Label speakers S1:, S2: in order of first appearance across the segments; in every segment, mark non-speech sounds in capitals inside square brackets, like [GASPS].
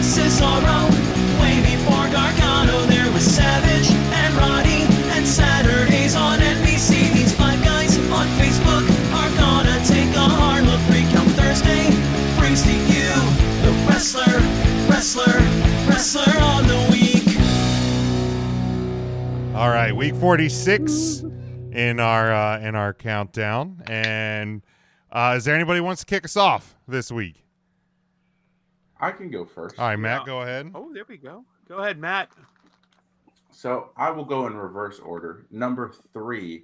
S1: sorrow. Way before Gargano, there was Savage and Roddy and Saturdays on NBC. These five guys on Facebook are gonna take a hard look. Recount Thursday brings to you the wrestler, wrestler, wrestler on the week.
S2: All right, week 46 in our uh, in our countdown. And uh, is there anybody who wants to kick us off this week?
S3: I can go first.
S2: All right, Matt,
S4: Yeah.
S2: go ahead.
S4: Oh, there we go. Go ahead, Matt.
S3: So I will go in reverse order. Number three,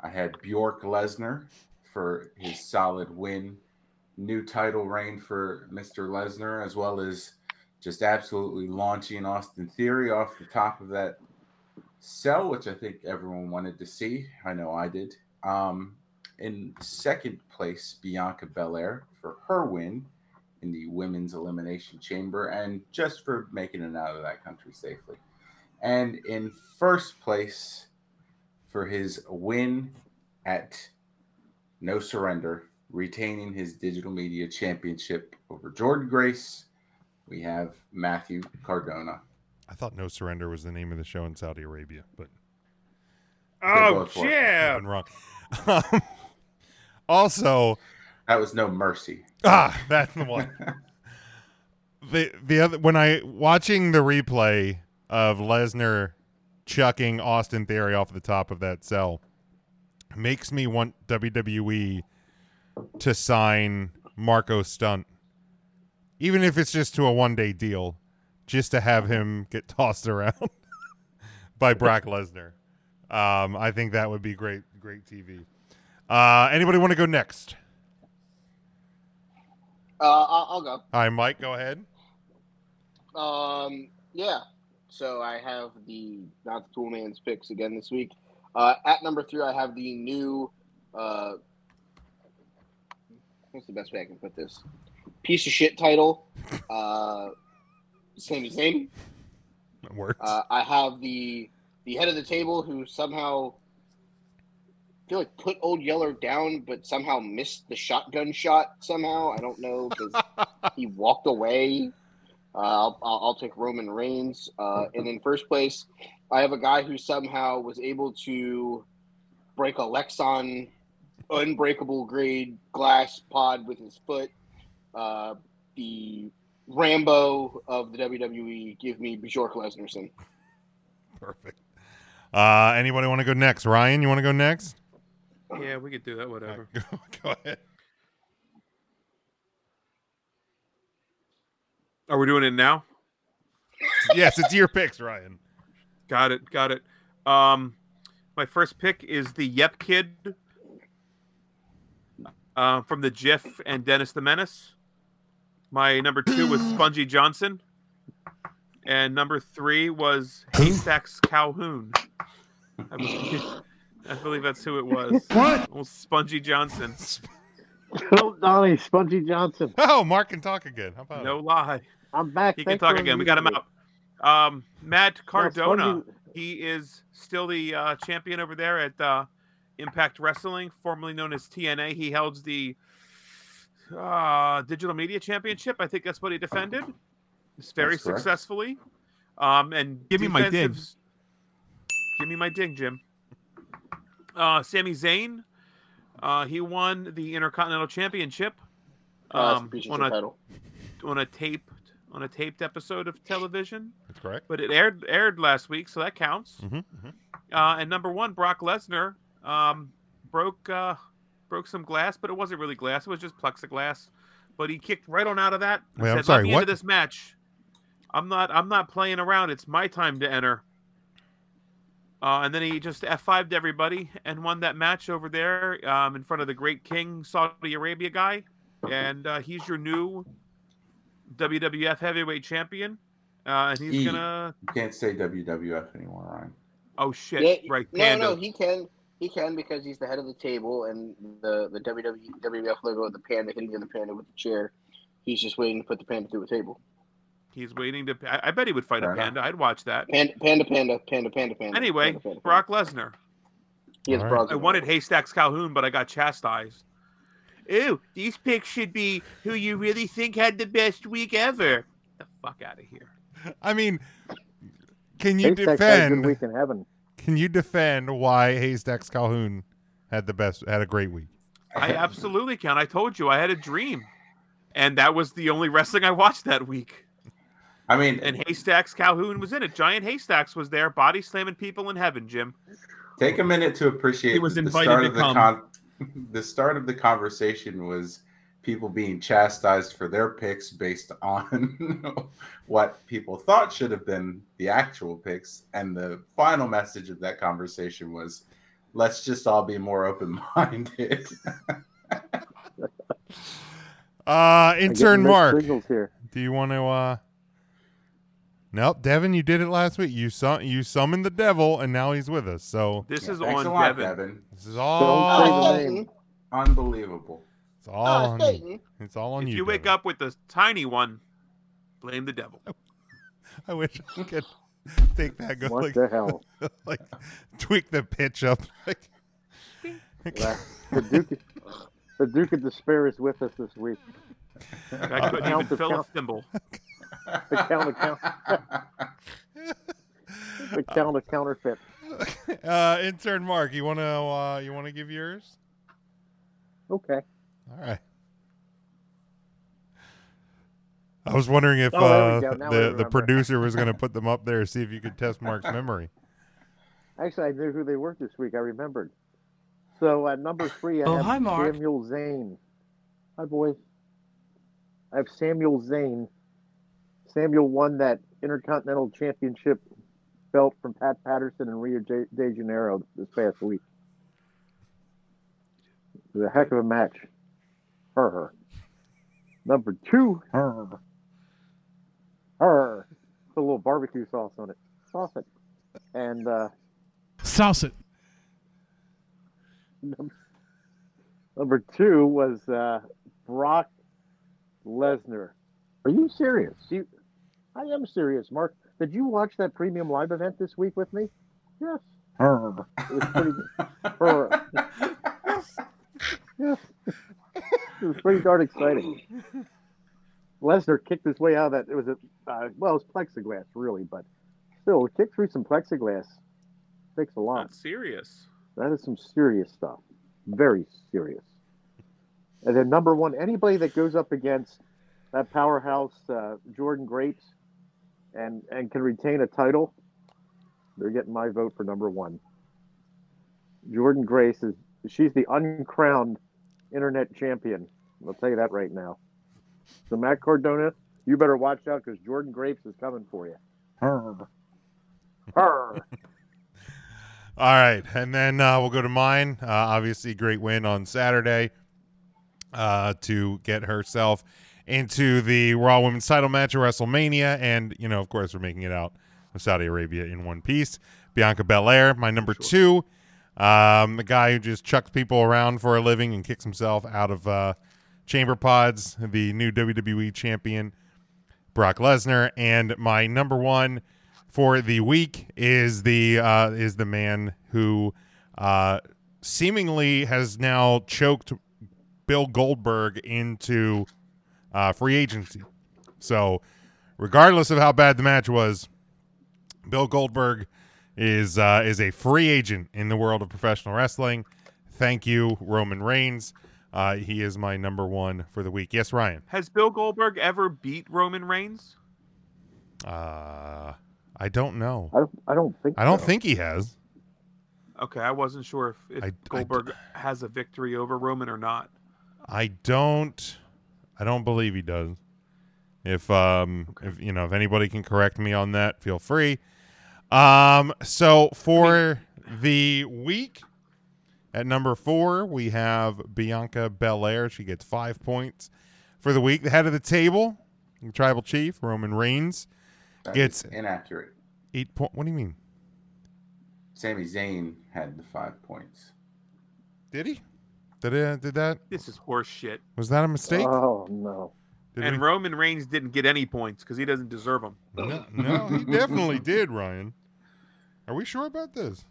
S3: I had Bjork Lesnar for his solid win, new title reign for Mr. Lesnar, as well as just absolutely launching Austin Theory off the top of that cell, which I think everyone wanted to see. I know I did. Um, in second place, Bianca Belair for her win in the women's elimination chamber, and just for making it out of that country safely and in first place for his win at No Surrender, retaining his digital media championship over Jordan Grace. We have Matthew Cardona.
S2: I thought No Surrender was the name of the show in Saudi Arabia, but
S3: go
S5: Oh,
S3: for it.
S2: I've
S4: [LAUGHS]
S5: yeah.
S2: been wrong. [LAUGHS] Um, also,
S3: That was no mercy.
S2: ah, that's the one. the the other when I watching the replay of Lesnar chucking Austin Theory off the top of that cell makes me want WWE to sign Marco Stunt, even if it's just to a one day deal, just to have him get tossed around [LAUGHS] by Brock Lesnar. Um, I think that would be great, great TV. Uh, anybody want to go next?
S6: Uh, I'll, I'll go.
S2: All right, Mike, go ahead.
S6: Um, yeah. So I have the not the tool man's picks again this week. Uh, at number three, I have the new. Uh, what's the best way I can put this? Piece of shit title. Uh, Sami Zayn.
S2: It works. [LAUGHS]
S6: Uh, I have the the head of the table who somehow I feel like put Old Yeller down, but somehow missed the shotgun shot. Somehow I don't know because he walked away. Uh, I'll, I'll, I'll take Roman Reigns. Uh, and in first place, I have a guy who somehow was able to break a Lexon unbreakable grade glass pod with his foot. Uh, the Rambo of the WWE. Give me Bjork Lesnarson.
S2: Perfect. Uh, anybody want to go next? Ryan, you want to go next?
S4: Yeah, we could do that. Whatever.
S2: All right, [LAUGHS] go, go ahead.
S4: Are we doing it now?
S2: Yes, it's your picks, Ryan.
S4: Got it. Got it. Um, my first pick is the Yep Kid uh, from the GIF and Dennis the Menace. My number two
S5: [CLEARS THROAT]
S4: was Spongy Johnson, and number three was Haystacks Calhoun. I believe, [LAUGHS] I believe that's who it was.
S2: What?
S4: Well, Spongy Johnson.
S7: Phil Donnie, Spongy Johnson.
S2: Oh, Mark can talk again. How about
S4: No
S2: it?
S4: lie.
S7: I'm back.
S4: He
S7: Thanks
S4: can talk
S7: for
S4: again. We got him
S7: inviting me.
S4: out. Um, Matt
S7: Now,
S4: Cardona.
S7: Spongy-
S4: He is still the uh, champion over there at uh, Impact Wrestling, formerly known as TNA. He held the uh, Digital Media Championship. I think that's what he defended. It's very
S3: That's correct.
S4: successfully. Um, and
S8: Give me my ding.
S4: defensive- Give me my ding, Jim. Uh, Sami Zayn. Uh, he won the Intercontinental Championship
S6: Uh,
S4: um,
S6: piece of
S4: on
S6: shit
S4: a
S6: title.
S4: on a taped on a taped episode of television
S2: That's correct.
S4: but it aired aired last week, so that counts.
S2: Mhm, mhm.
S4: Uh, and number one, Brock Lesnar um, broke uh, broke some glass, but it wasn't really glass; it was just plexiglass. But he kicked right on out of that. and
S2: Wait, I'm
S4: said,
S2: sorry,
S4: Let me
S2: what?"
S4: Into this match, I'm not I'm not playing around. It's my time to enter. Uh, and then he just F5'd everybody and won that match over there um, in front of the great king Saudi Arabia guy. And uh, he's your new WWF heavyweight champion. Uh, and he's
S3: Ye-
S4: going to
S3: You can't say WWF anymore, Ryan.
S4: Oh shit!
S6: Yeah,
S4: right,
S6: No,
S4: Pando.
S6: no, he can. He can because he's the head of the table and the E, the WWE, WWF logo of the panda hitting the panda with the chair. He's just waiting to put the panda through the table.
S4: He's waiting to. I, I bet he would fight
S3: Fair
S4: a
S3: enough.
S4: panda. I'd watch that.
S6: Panda, panda, panda, panda, panda, panda.
S4: Anyway,
S6: panda, panda,
S4: Brock Lesnar.
S6: He has
S2: All right.
S6: bras
S4: I
S6: on.
S4: wanted Haystacks Calhoun, but I got chastised. Ew, these picks should be who you really think had the best week ever. Get the fuck out of here.
S2: I mean, can you
S5: Haystack had a good
S2: defend?
S5: week in heaven.
S2: Can you defend why Haystacks Calhoun had the best, had a great week?
S3: [LAUGHS]
S4: I absolutely can. I told you I had a dream, and that was the only wrestling I watched that week.
S3: I mean,
S4: And Haystacks Calhoun was in it. Giant Haystacks was there, body slamming people in heaven. Jim,
S3: take a minute to appreciate
S8: He was
S3: that
S8: invited to
S3: the con- [LAUGHS] the start of the conversation was people being chastised for their picks based [LAUGHS] on what people thought should have been the actual picks and the final message of that conversation was let's just all be more open-minded
S2: Uh,
S5: I'm
S2: intern
S5: getting mixed
S2: Mark,
S5: signals here.
S2: do you want to? uh Nope, Devin, you did it last week. You sum- you summoned the devil, and now he's with us. So
S4: this
S3: Yeah,
S4: is
S3: thanks
S4: on
S3: a lot,
S4: Devin.
S3: Devin.
S2: this is
S5: Don't say
S2: all.
S5: the
S6: Satan.
S5: [LAUGHS] name.
S3: unbelievable
S2: It's all.
S6: Ah,
S2: on,
S6: Satan.
S2: it's all on
S4: If
S2: you.
S4: you wake
S2: Devin.
S4: up with a tiny one, blame the devil.
S2: I wish I
S5: [LAUGHS]
S2: could take that. Go
S5: What
S2: like,
S5: the hell?
S2: like tweak the pitch up. [LAUGHS] Like,
S5: Well, the Duke, the Duke of Despair is with us this week.
S4: I couldn't
S5: Count
S4: even
S5: the
S4: fill a
S5: count.
S4: thimble.
S5: The counter,
S3: [LAUGHS]
S5: counter, the counter counterfeit.
S2: [LAUGHS] uh, intern Mark, you want to uh, you want to give yours?
S5: Okay.
S2: All right. I was wondering if
S5: Oh, there we
S2: uh,
S5: go. Now I
S2: the the
S5: remember.
S2: producer was going to put them up there see if you could test Mark's memory.
S5: Actually, I knew who they were this week. I remembered. So at number three, I
S1: Oh,
S5: have
S1: hi, Mark.
S5: Samuel Zane. Hi, boys. I have Samuel Zane. Samuel won that Intercontinental Championship belt from Pat Patterson and Rio de de Janeiro this past week. It was a heck of a match for her. Number two, her. Her. Put a little barbecue sauce on it. Sauce it. And, uh,
S9: Sauce it.
S5: Number two was uh, Brock Lesnar. Are you serious? You, I am serious, Mark. Did you watch that premium live event this week with me? Yes. It was pretty. Her. yes. It was pretty darn exciting. Lesnar kicked his way out of that. It was a uh, well, it was plexiglass really, but still, kick through some plexiglass takes a lot.
S4: Not serious.
S5: That is some serious stuff. Very serious. And then number one, anybody that goes up against that powerhouse uh, Jordan Grapes and and can retain a title, they're getting my vote for number one. Jordan Grace is she's the uncrowned internet champion. I'll tell you that right now. So Matt Cardona, you better watch out because Jordan Grapes is coming for you. Her. Her.
S2: All right, and then uh, we'll go to mine. Uh, obviously, great win on Saturday uh, to get herself into the Raw Women's Title match at WrestleMania, and you know, of course, we're making it out of Saudi Arabia in one piece. Bianca Belair, my number two, um, the guy who just chucks people around for a living and kicks himself out of uh, chamber pods, the new WWE champion. Brock Lesnar, and my number one for the week is the uh, is the man who uh, seemingly has now choked Bill Goldberg into uh, free agency. So, regardless of how bad the match was, Bill Goldberg is uh, is a free agent in the world of professional wrestling. Thank you, Roman Reigns. Uh, he is my number one for the week. Yes, Ryan.
S4: Has Bill Goldberg ever beat Roman Reigns?
S2: Uh, I don't know.
S5: I don't. I don't think.
S2: I don't
S5: so.
S2: think he has.
S4: Okay, I wasn't sure if, if
S2: I- I d-
S4: Goldberg has a victory over Roman or not.
S2: I don't. I don't believe he does. If um,
S4: Okay.
S2: if you know, if anybody can correct me on that, feel free. Um, so for the week at number four, we have Bianca Belair. She gets five points for the week. The head of the table, Tribal Chief Roman Reigns
S3: That
S2: It's-
S3: is inaccurate
S2: eight point. What do you mean?
S3: Sami Zayn had the five points. [LAUGHS]
S2: Did he? Did it? Did that?
S4: This is horse shit.
S2: Was that a mistake?
S5: Oh no.
S2: did
S4: Uh, and
S2: we-
S4: Roman Reigns didn't get any points because he doesn't deserve them.
S2: No, no, [LAUGHS] he definitely did, Ryan. Are we sure about this?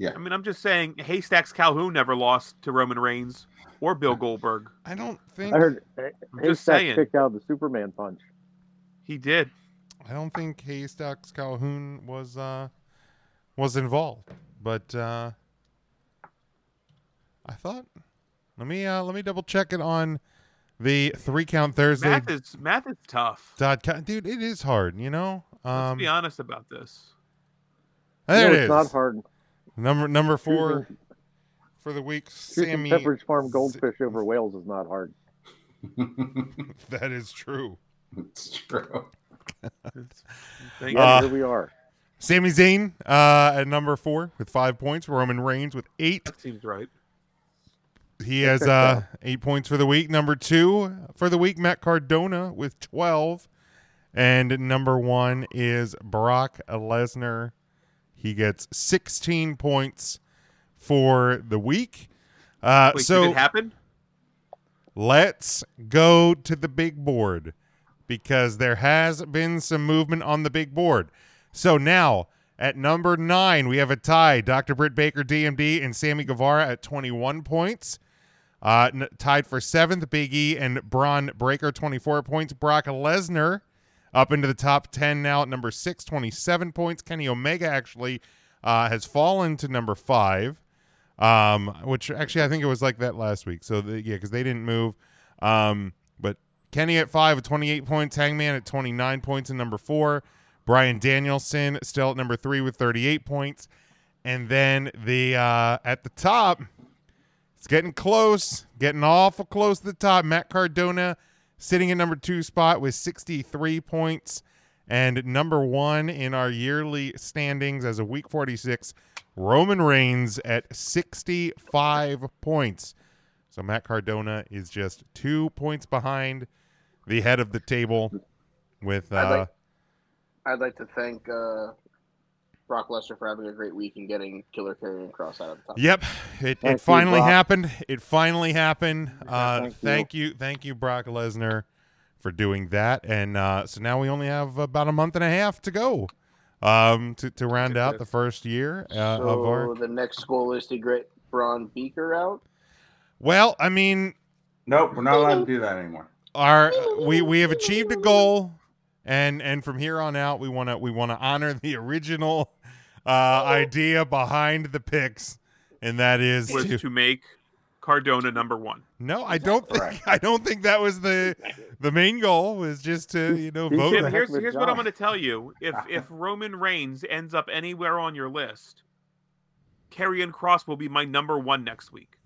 S4: I mean, I'm just saying, Haystacks Calhoun never lost to Roman Reigns or Bill Goldberg.
S2: I don't think
S5: I heard
S4: I'm just
S5: Haystack
S4: saying,
S5: kicked out the Superman punch.
S4: he did.
S2: I don't think Haystacks Calhoun was uh was involved, but uh I thought let me uh let me double check it on the three count Thursday
S4: Math is math is tough.
S2: dot com. Dude, it is hard, you know.
S4: Let's
S2: Um,
S4: be honest about this.
S2: there
S5: no,
S2: it
S5: it's
S2: is.
S5: not hard.
S2: Number number four for the week.
S5: Choosing
S2: Sammy
S5: Pepperidge Farm goldfish over whales is not hard.
S2: [LAUGHS] That is true.
S3: it's true.
S4: It's- Thank
S5: Yeah,
S2: Uh,
S5: here we are. [LAUGHS]
S2: Sami Zayn uh, at number four with five points. Roman Reigns with eight.
S4: that seems right.
S2: He has uh, eight points for the week. Number two for the week, Matt Cardona with 12. And number one is Brock Lesnar. He gets 16 points for the week. Uh,
S4: Wait,
S2: so
S4: did
S2: [LAUGHS]
S4: it happen?
S2: let's go to the big board because there has been some movement on the big board. So now at number nine, we have a tie Dr. Britt Baker, DMD, and Sammy Guevara at 21 points. Uh, n- tied for seventh, Big E and Braun Breaker, 24 points. Brock Lesnar up into the top 10 now at number six, 27 points. Kenny Omega actually uh, has fallen to number five um, which actually I think it was like that last week. So the, yeah, because they didn't move. Um, but Kenny at five with 28 points, Hangman at 29 points in number four, Brian Danielson still at number three with 38 points, and then the uh, at the top, it's getting close, getting awful close to the top. Matt Cardona sitting at number two spot with 63 points. And number one in our yearly standings as a week 46, Roman Reigns at 65 points. So Matt Cardona is just two points behind the head of the table with
S6: I'd
S2: uh,
S6: like- I'd like to thank uh, Brock Lesnar for having a great week and getting Killer Carrying Cross out of the top.
S2: Yep, it,
S5: Thank
S2: it
S5: you,
S2: finally
S5: Brock.
S2: happened. It finally happened. Uh,
S5: thank you.
S2: thank you, thank you, Brock Lesnar, for doing that. And uh, so now we only have about a month and a half to go um, to to round out the first year uh, of
S6: so
S2: our.
S6: the next goal is to get Braun Beaker out.
S2: Well, I mean,
S3: Nope, we're not allowed to do that anymore. [LAUGHS]
S2: our we we have achieved a goal, and and from here on out, we want to we want to honor the original uh, idea behind the picks, and that is
S4: Was
S2: to
S4: to make Cardona number one.
S2: No, I don't think [LAUGHS] I don't think that was the the main goal was just to you know
S5: He
S3: Oh,
S2: vote.
S5: should-
S4: Tim,
S5: heck
S4: here's
S5: of a
S4: here's what I'm
S5: job.
S4: going to tell you. If
S3: [LAUGHS]
S4: if Roman Reigns ends up anywhere on your list, Carrion Cross will be my number one next week.
S3: [LAUGHS]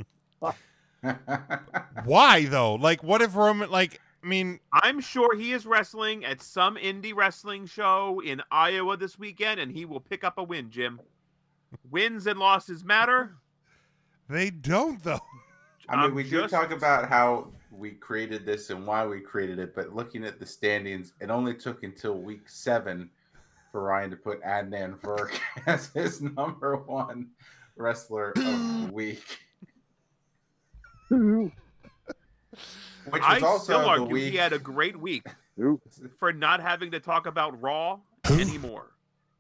S2: Why though? Like, what if Roman? Like, I mean,
S4: I'm sure he is wrestling at some indie wrestling show in Iowa this weekend, and he will pick up a win, Jim. Wins and losses matter.
S2: they don't though. [LAUGHS]
S3: I mean,
S4: I'm
S3: we
S4: just-
S3: do talk about how we created this and why we created it, but looking at the standings, it only took until week seven for Ryan to put Adnan Verk [LAUGHS] as his number one wrestler of the week,
S5: Ooh,
S3: which
S4: I
S3: was also
S4: still
S3: the
S4: argue
S3: week.
S4: he had a great week
S5: ooh.
S4: for not having to talk about Raw anymore.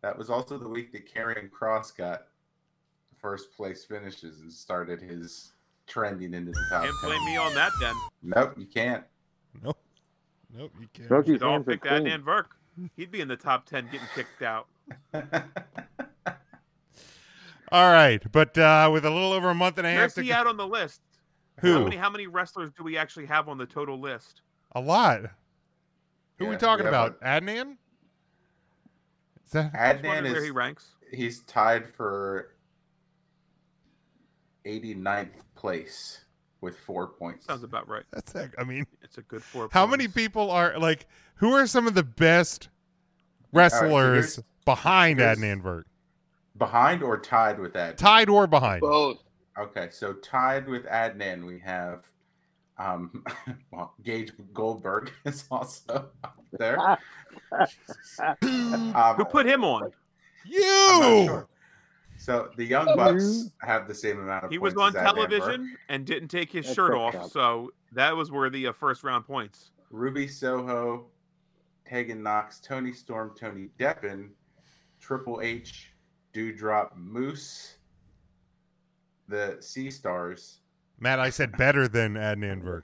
S3: That was also the week that Karrion Cross got first place finishes and started his trending into the top.
S4: Can't blame
S3: 10.
S4: me on that then.
S3: Nope, you can't. [LAUGHS]
S2: Nope, nope, you can't.
S5: Smokey's
S4: Should all
S5: hands are
S4: pick that
S5: clean.
S4: Dan Verk. He'd be in the top ten getting kicked out.
S2: All right, but uh with a little over a month and a half
S4: Where's
S2: to
S4: he
S2: go,
S4: out on the list? How
S2: who
S4: many, how many wrestlers do we actually have on the total list?
S2: a lot. Who are we
S3: Yeah,
S2: talking
S3: yeah,
S2: about? Adnan? Is that
S4: Just
S3: Adnan
S4: wondering where he
S3: is
S4: ranks.
S3: he's tied for 89th place with four points.
S4: Sounds about right.
S2: that's? heck- I mean,
S4: It's a good four.
S2: how many
S4: points.
S2: people are like? Who are some of the best
S3: so
S2: wrestlers
S3: here's-
S2: behind
S3: here's-
S2: Adnan Vert?
S3: Behind or tied with that?
S2: Tied or behind?
S6: Both.
S3: Okay, so tied with Adnan, we have um, [LAUGHS] well, Gage Goldberg [LAUGHS] is also up there. Um,
S4: Who put him on?
S2: You.
S3: I'm not sure. So the Young Bucks have the same amount of
S4: He was
S3: points.
S4: on
S3: as Adnan Burke.
S4: television and didn't take his
S5: That's
S4: shirt
S5: a
S4: off,
S5: cup.
S4: so that was worthy of first round points.
S3: Ruby Soho, Tegan Knox, Tony Storm, Tony Deppen, Triple H, Dewdrop, Moose, the Sea Stars,
S2: Matt, I said better than Adnan Verk.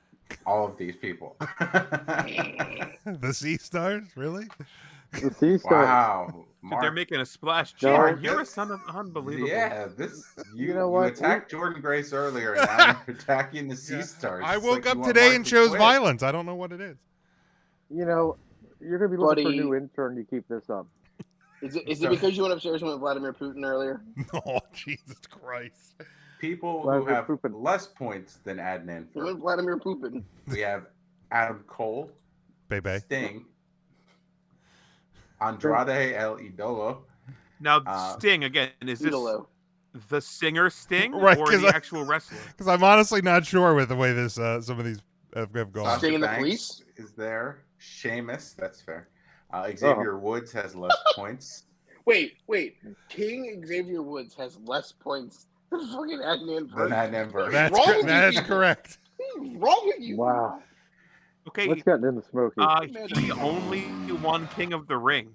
S2: [LAUGHS]
S3: all of these people. [LAUGHS]
S2: the Sea Stars, really?
S5: The sea stars.
S3: Wow. Mark,
S4: They're making a splash.
S5: No,
S4: Jared,
S3: that-
S4: you're a son of unbelievable.
S3: Yeah, this you,
S5: You know
S3: you
S5: what?
S3: attacked Jordan Grace earlier, and
S5: [LAUGHS]
S3: now you're attacking the Sea Stars.
S2: I
S3: It's
S2: woke
S3: like you
S2: up
S3: want
S2: today
S3: Mark
S2: and
S3: to
S2: chose
S3: quit.
S2: violence. I don't know what it is. [LAUGHS]
S5: You know, you're going to be looking for a
S6: Buddy.
S5: new intern to keep this up.
S6: Is it is it
S2: Sorry.
S6: because you went upstairs and went Vladimir Putin earlier?
S2: Oh Jesus Christ!
S3: People
S5: Well,
S3: who
S5: we're
S3: have
S5: pooping.
S3: less points than Adnan.
S6: You went
S3: Fur.
S6: Vladimir Putin.
S3: We have Adam Cole,
S2: Bebe.
S3: Sting, Andrade El
S4: Oh.
S3: Idolo.
S4: Now,
S3: Uh,
S4: Sting again. Is this
S6: Idolo.
S4: the singer Sting
S2: Right,
S4: or
S2: 'cause
S4: the
S2: I-
S4: actual wrestler?
S2: Because I'm honestly not sure with the way this uh, some of these have, have gone.
S3: Sasha
S6: Sting and the
S3: Banks
S6: Police? Oh.
S3: is there. Seamus, that's fair. Uh, Xavier Woods has less
S6: [LAUGHS]
S3: points.
S6: Wait, wait. King Xavier Woods has less points than fucking
S3: than
S6: Adnan Vernon.
S3: Adnan
S4: [LAUGHS]
S3: Fur.
S2: That's
S3: [LAUGHS]
S6: Wrong
S2: cor-
S6: with
S2: that's
S6: you.
S2: correct.
S6: What's wrong with you?
S5: Wow.
S4: Okay,
S5: What's gotten in the smoky?
S4: uh, he only won King of the Ring.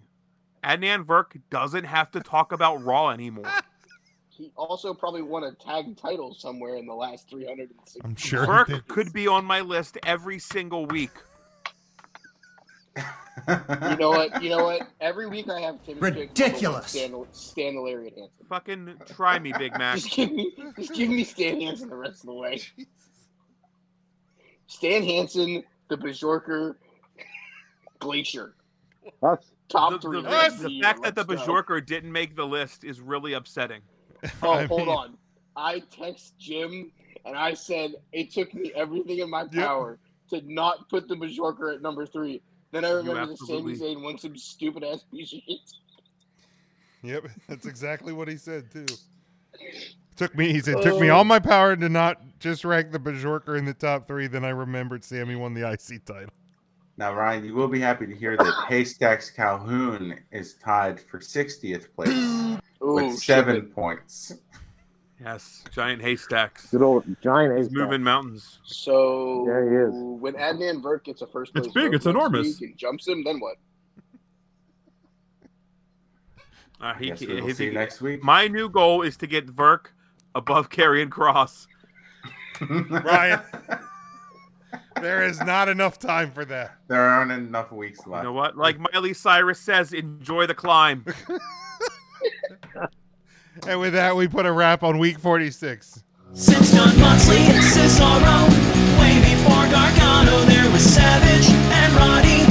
S4: Adnan Verk doesn't have to talk about Raw anymore.
S6: He also probably won a tag title somewhere in the last 360.
S2: I'm sure. he did.
S4: Verk could be on my list every single week.
S6: You know what? You know what? Every week I have Timmy
S1: Ridiculous.
S6: Stand, stand the lariat Hansen.
S4: Fucking try me, Big Mac.
S6: Just give me, just give me Stan Hansen the rest of the way. Stan Hansen, the Bajorker, Glacier,
S5: Us.
S4: The,
S6: top
S4: the-
S6: three.
S4: the
S6: rest of year.
S4: fact that the
S6: Let's go.
S4: Bajorker didn't make the list is really upsetting.
S6: [LAUGHS] Oh,
S2: I
S6: hold
S2: mean-
S6: on. I text Jim and I said it took me everything in my
S2: Yep.
S6: power to not put the Majorca at number three. Then I remember that Sami
S4: absolutely-
S6: Zayn won some stupid ass [LAUGHS] piece of shit.
S2: [LAUGHS] Yep, that's exactly what he said too. Took me, he said, took me all my power to not just rank the Berserker in the top three. Then I remembered Sammy won the IC title. [LAUGHS]
S3: now, Ryan, you will be happy to hear
S6: [GASPS]
S3: that Haystacks Calhoun is tied for 60th place
S6: Ooh,
S3: with seven points.
S4: Yes, giant haystacks.
S5: Good old giant
S4: He's
S5: ace.
S4: moving mountains.
S6: shit. So
S5: Yeah, he is.
S6: when Adnan Vert gets a first place,
S4: It's big,
S6: vote
S4: it's
S6: next
S4: enormous.
S6: week And jumps him. Then what?
S4: Uh, he,
S3: Yes,
S4: ca-
S3: we will
S4: if
S3: see
S4: he-
S3: you next week.
S4: My new goal is to get Verk above Carrion Cross.
S2: Ryan. There is not enough time for that.
S3: there aren't enough weeks
S4: You
S3: left.
S4: know what? Like Miley Cyrus says, enjoy the climb.
S2: And with that, we put a wrap on week 46.
S1: Since John Moxley and Cesaro, way before Gargano, there was Savage and Roddy